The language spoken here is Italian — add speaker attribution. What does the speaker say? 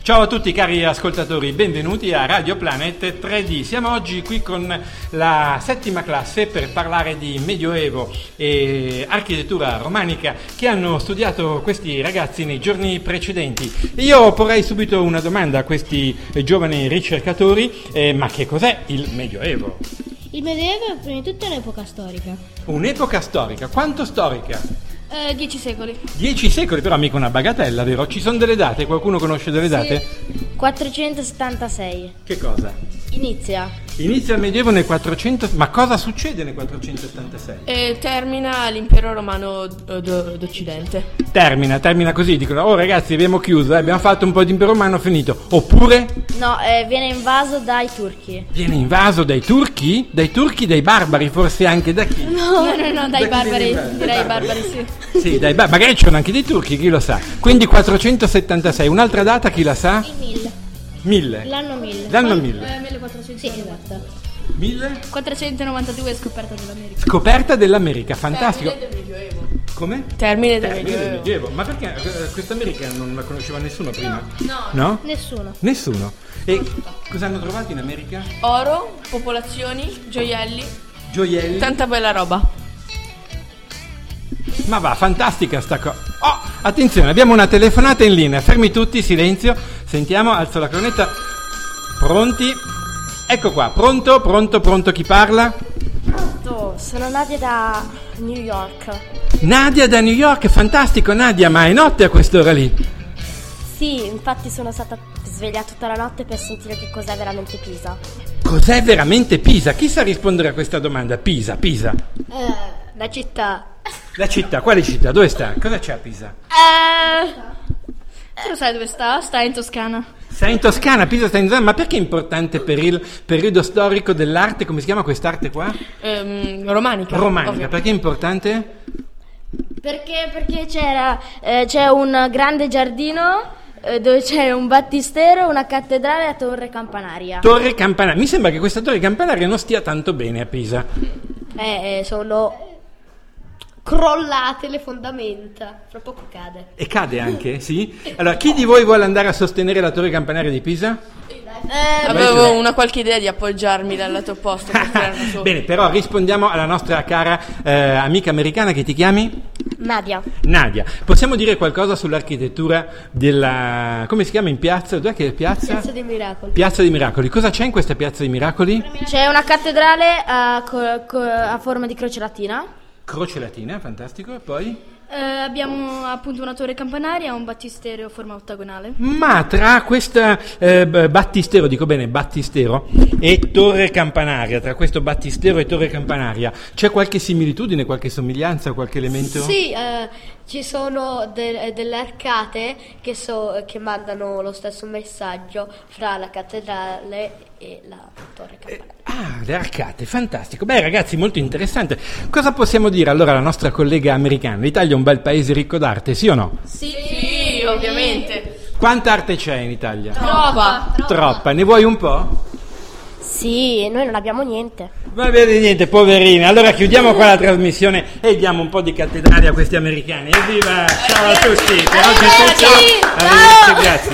Speaker 1: Ciao a tutti cari ascoltatori, benvenuti a Radio Planet 3D. Siamo oggi qui con la settima classe per parlare di Medioevo e architettura romanica che hanno studiato questi ragazzi nei giorni precedenti. Io porrei subito una domanda a questi giovani ricercatori, eh, ma che cos'è il Medioevo?
Speaker 2: Il Medioevo è prima di tutto un'epoca storica.
Speaker 1: Un'epoca storica, quanto storica?
Speaker 3: Eh, dieci secoli.
Speaker 1: Dieci secoli però mica una bagatella, vero? Ci sono delle date, qualcuno conosce delle date?
Speaker 4: 476.
Speaker 1: Che cosa?
Speaker 4: Inizia.
Speaker 1: Inizia il Medioevo nel 400, ma cosa succede nel 486?
Speaker 3: E termina l'impero romano d- d- d'Occidente.
Speaker 1: Termina, termina così, dicono, oh ragazzi abbiamo chiuso, eh, abbiamo fatto un po' di impero romano, finito. Oppure
Speaker 4: No, eh, viene invaso dai turchi.
Speaker 1: viene invaso dai turchi? Dai turchi, dai barbari, forse anche da chi?
Speaker 3: No, no, no,
Speaker 1: dai
Speaker 3: dai
Speaker 1: Da chi barbari,
Speaker 3: barbari.
Speaker 1: viene il-
Speaker 3: Direi
Speaker 1: dai
Speaker 3: i
Speaker 1: barbari,
Speaker 3: barbari, sì.
Speaker 1: Sì, dai, beh, magari ci sono anche dei turchi, chi lo sa. Quindi 476, un'altra data chi la sa?
Speaker 2: Il 1000,
Speaker 1: 1000.
Speaker 2: l'anno 1000.
Speaker 1: L'anno 1000.
Speaker 3: 1492.
Speaker 2: Sì, esatto.
Speaker 1: 1000?
Speaker 3: 492 è scoperta dell'America.
Speaker 1: Scoperta dell'America, fantastico. Come?
Speaker 3: Termine del
Speaker 1: Eh, Io le
Speaker 3: Medioevo.
Speaker 1: leggevo, ma perché eh, questa America non la conosceva nessuno prima? No.
Speaker 2: Nessuno.
Speaker 1: Nessuno. E cosa hanno trovato in America?
Speaker 3: Oro, popolazioni, gioielli,
Speaker 1: Gioielli.
Speaker 3: tanta bella roba.
Speaker 1: Ma va, fantastica sta cosa. Oh, attenzione, abbiamo una telefonata in linea. Fermi tutti, silenzio. Sentiamo, alzo la cornetta. Pronti? Ecco qua, pronto, pronto, pronto chi parla?
Speaker 4: Sono Nadia da New York.
Speaker 1: Nadia da New York, fantastico Nadia, ma è notte a quest'ora lì.
Speaker 4: Sì, infatti sono stata svegliata tutta la notte per sentire che cos'è veramente Pisa.
Speaker 1: Cos'è veramente Pisa? Chi sa rispondere a questa domanda? Pisa, Pisa.
Speaker 3: Eh,
Speaker 4: la città.
Speaker 1: La città, quale città? Dove sta? Cosa c'è a Pisa?
Speaker 4: Eh.
Speaker 3: Tu sai dove sta? Sta in Toscana.
Speaker 1: Sta in Toscana, Pisa sta in Toscana, ma perché è importante per il periodo storico dell'arte, come si chiama quest'arte qua?
Speaker 3: Ehm, romanica.
Speaker 1: Romanica,
Speaker 3: ovvio.
Speaker 1: perché è importante?
Speaker 4: Perché, perché c'era, eh, c'è un grande giardino eh, dove c'è un battistero, una cattedrale e la torre campanaria.
Speaker 1: Torre Campanaria, mi sembra che questa torre campanaria non stia tanto bene a Pisa.
Speaker 4: Eh, eh, sono...
Speaker 2: Crollate le fondamenta, fra poco cade.
Speaker 1: E cade anche, sì? Allora, chi di voi vuole andare a sostenere la torre campanaria di Pisa?
Speaker 3: Eh,
Speaker 4: Eh,
Speaker 3: Avevo una qualche idea di appoggiarmi dal lato opposto per tirarla su.
Speaker 1: Bene, però rispondiamo alla nostra cara eh, amica americana che ti chiami?
Speaker 4: Nadia.
Speaker 1: Nadia. Possiamo dire qualcosa sull'architettura della... come si chiama in piazza? Dov'è che è piazza?
Speaker 2: Piazza dei miracoli.
Speaker 1: Piazza dei Miracoli. Cosa c'è in questa Piazza dei Miracoli?
Speaker 4: C'è una cattedrale a, co- co- a forma di croce latina.
Speaker 1: Croce latina, fantastico, e poi?
Speaker 4: Eh,
Speaker 3: abbiamo appunto una torre campanaria e un battistero a forma ottagonale.
Speaker 1: Ma tra questa eh, b- battistero, dico bene battistero, e torre campanaria, tra questo battistero e torre campanaria, c'è qualche similitudine, qualche somiglianza, qualche elemento?
Speaker 2: Sì, eh, ci sono de- eh, delle arcate che, so- che mandano lo stesso messaggio fra la cattedrale e la torre campanaria.
Speaker 1: Ah, le arcate, fantastico. Beh ragazzi, molto interessante. Cosa possiamo dire allora alla nostra collega americana? L'Italia è un bel paese ricco d'arte, sì o no?
Speaker 3: Sì, sì, ovviamente.
Speaker 1: Quanta arte c'è in Italia?
Speaker 3: Trova.
Speaker 1: Troppa, ne vuoi un po'?
Speaker 4: Sì, noi non abbiamo niente.
Speaker 1: Va bene, niente, poverina. Allora chiudiamo qua la trasmissione e diamo un po' di cattedrale a questi americani. Evviva! Ciao a tutti! Per oggi è tutto. Arrivederci, grazie.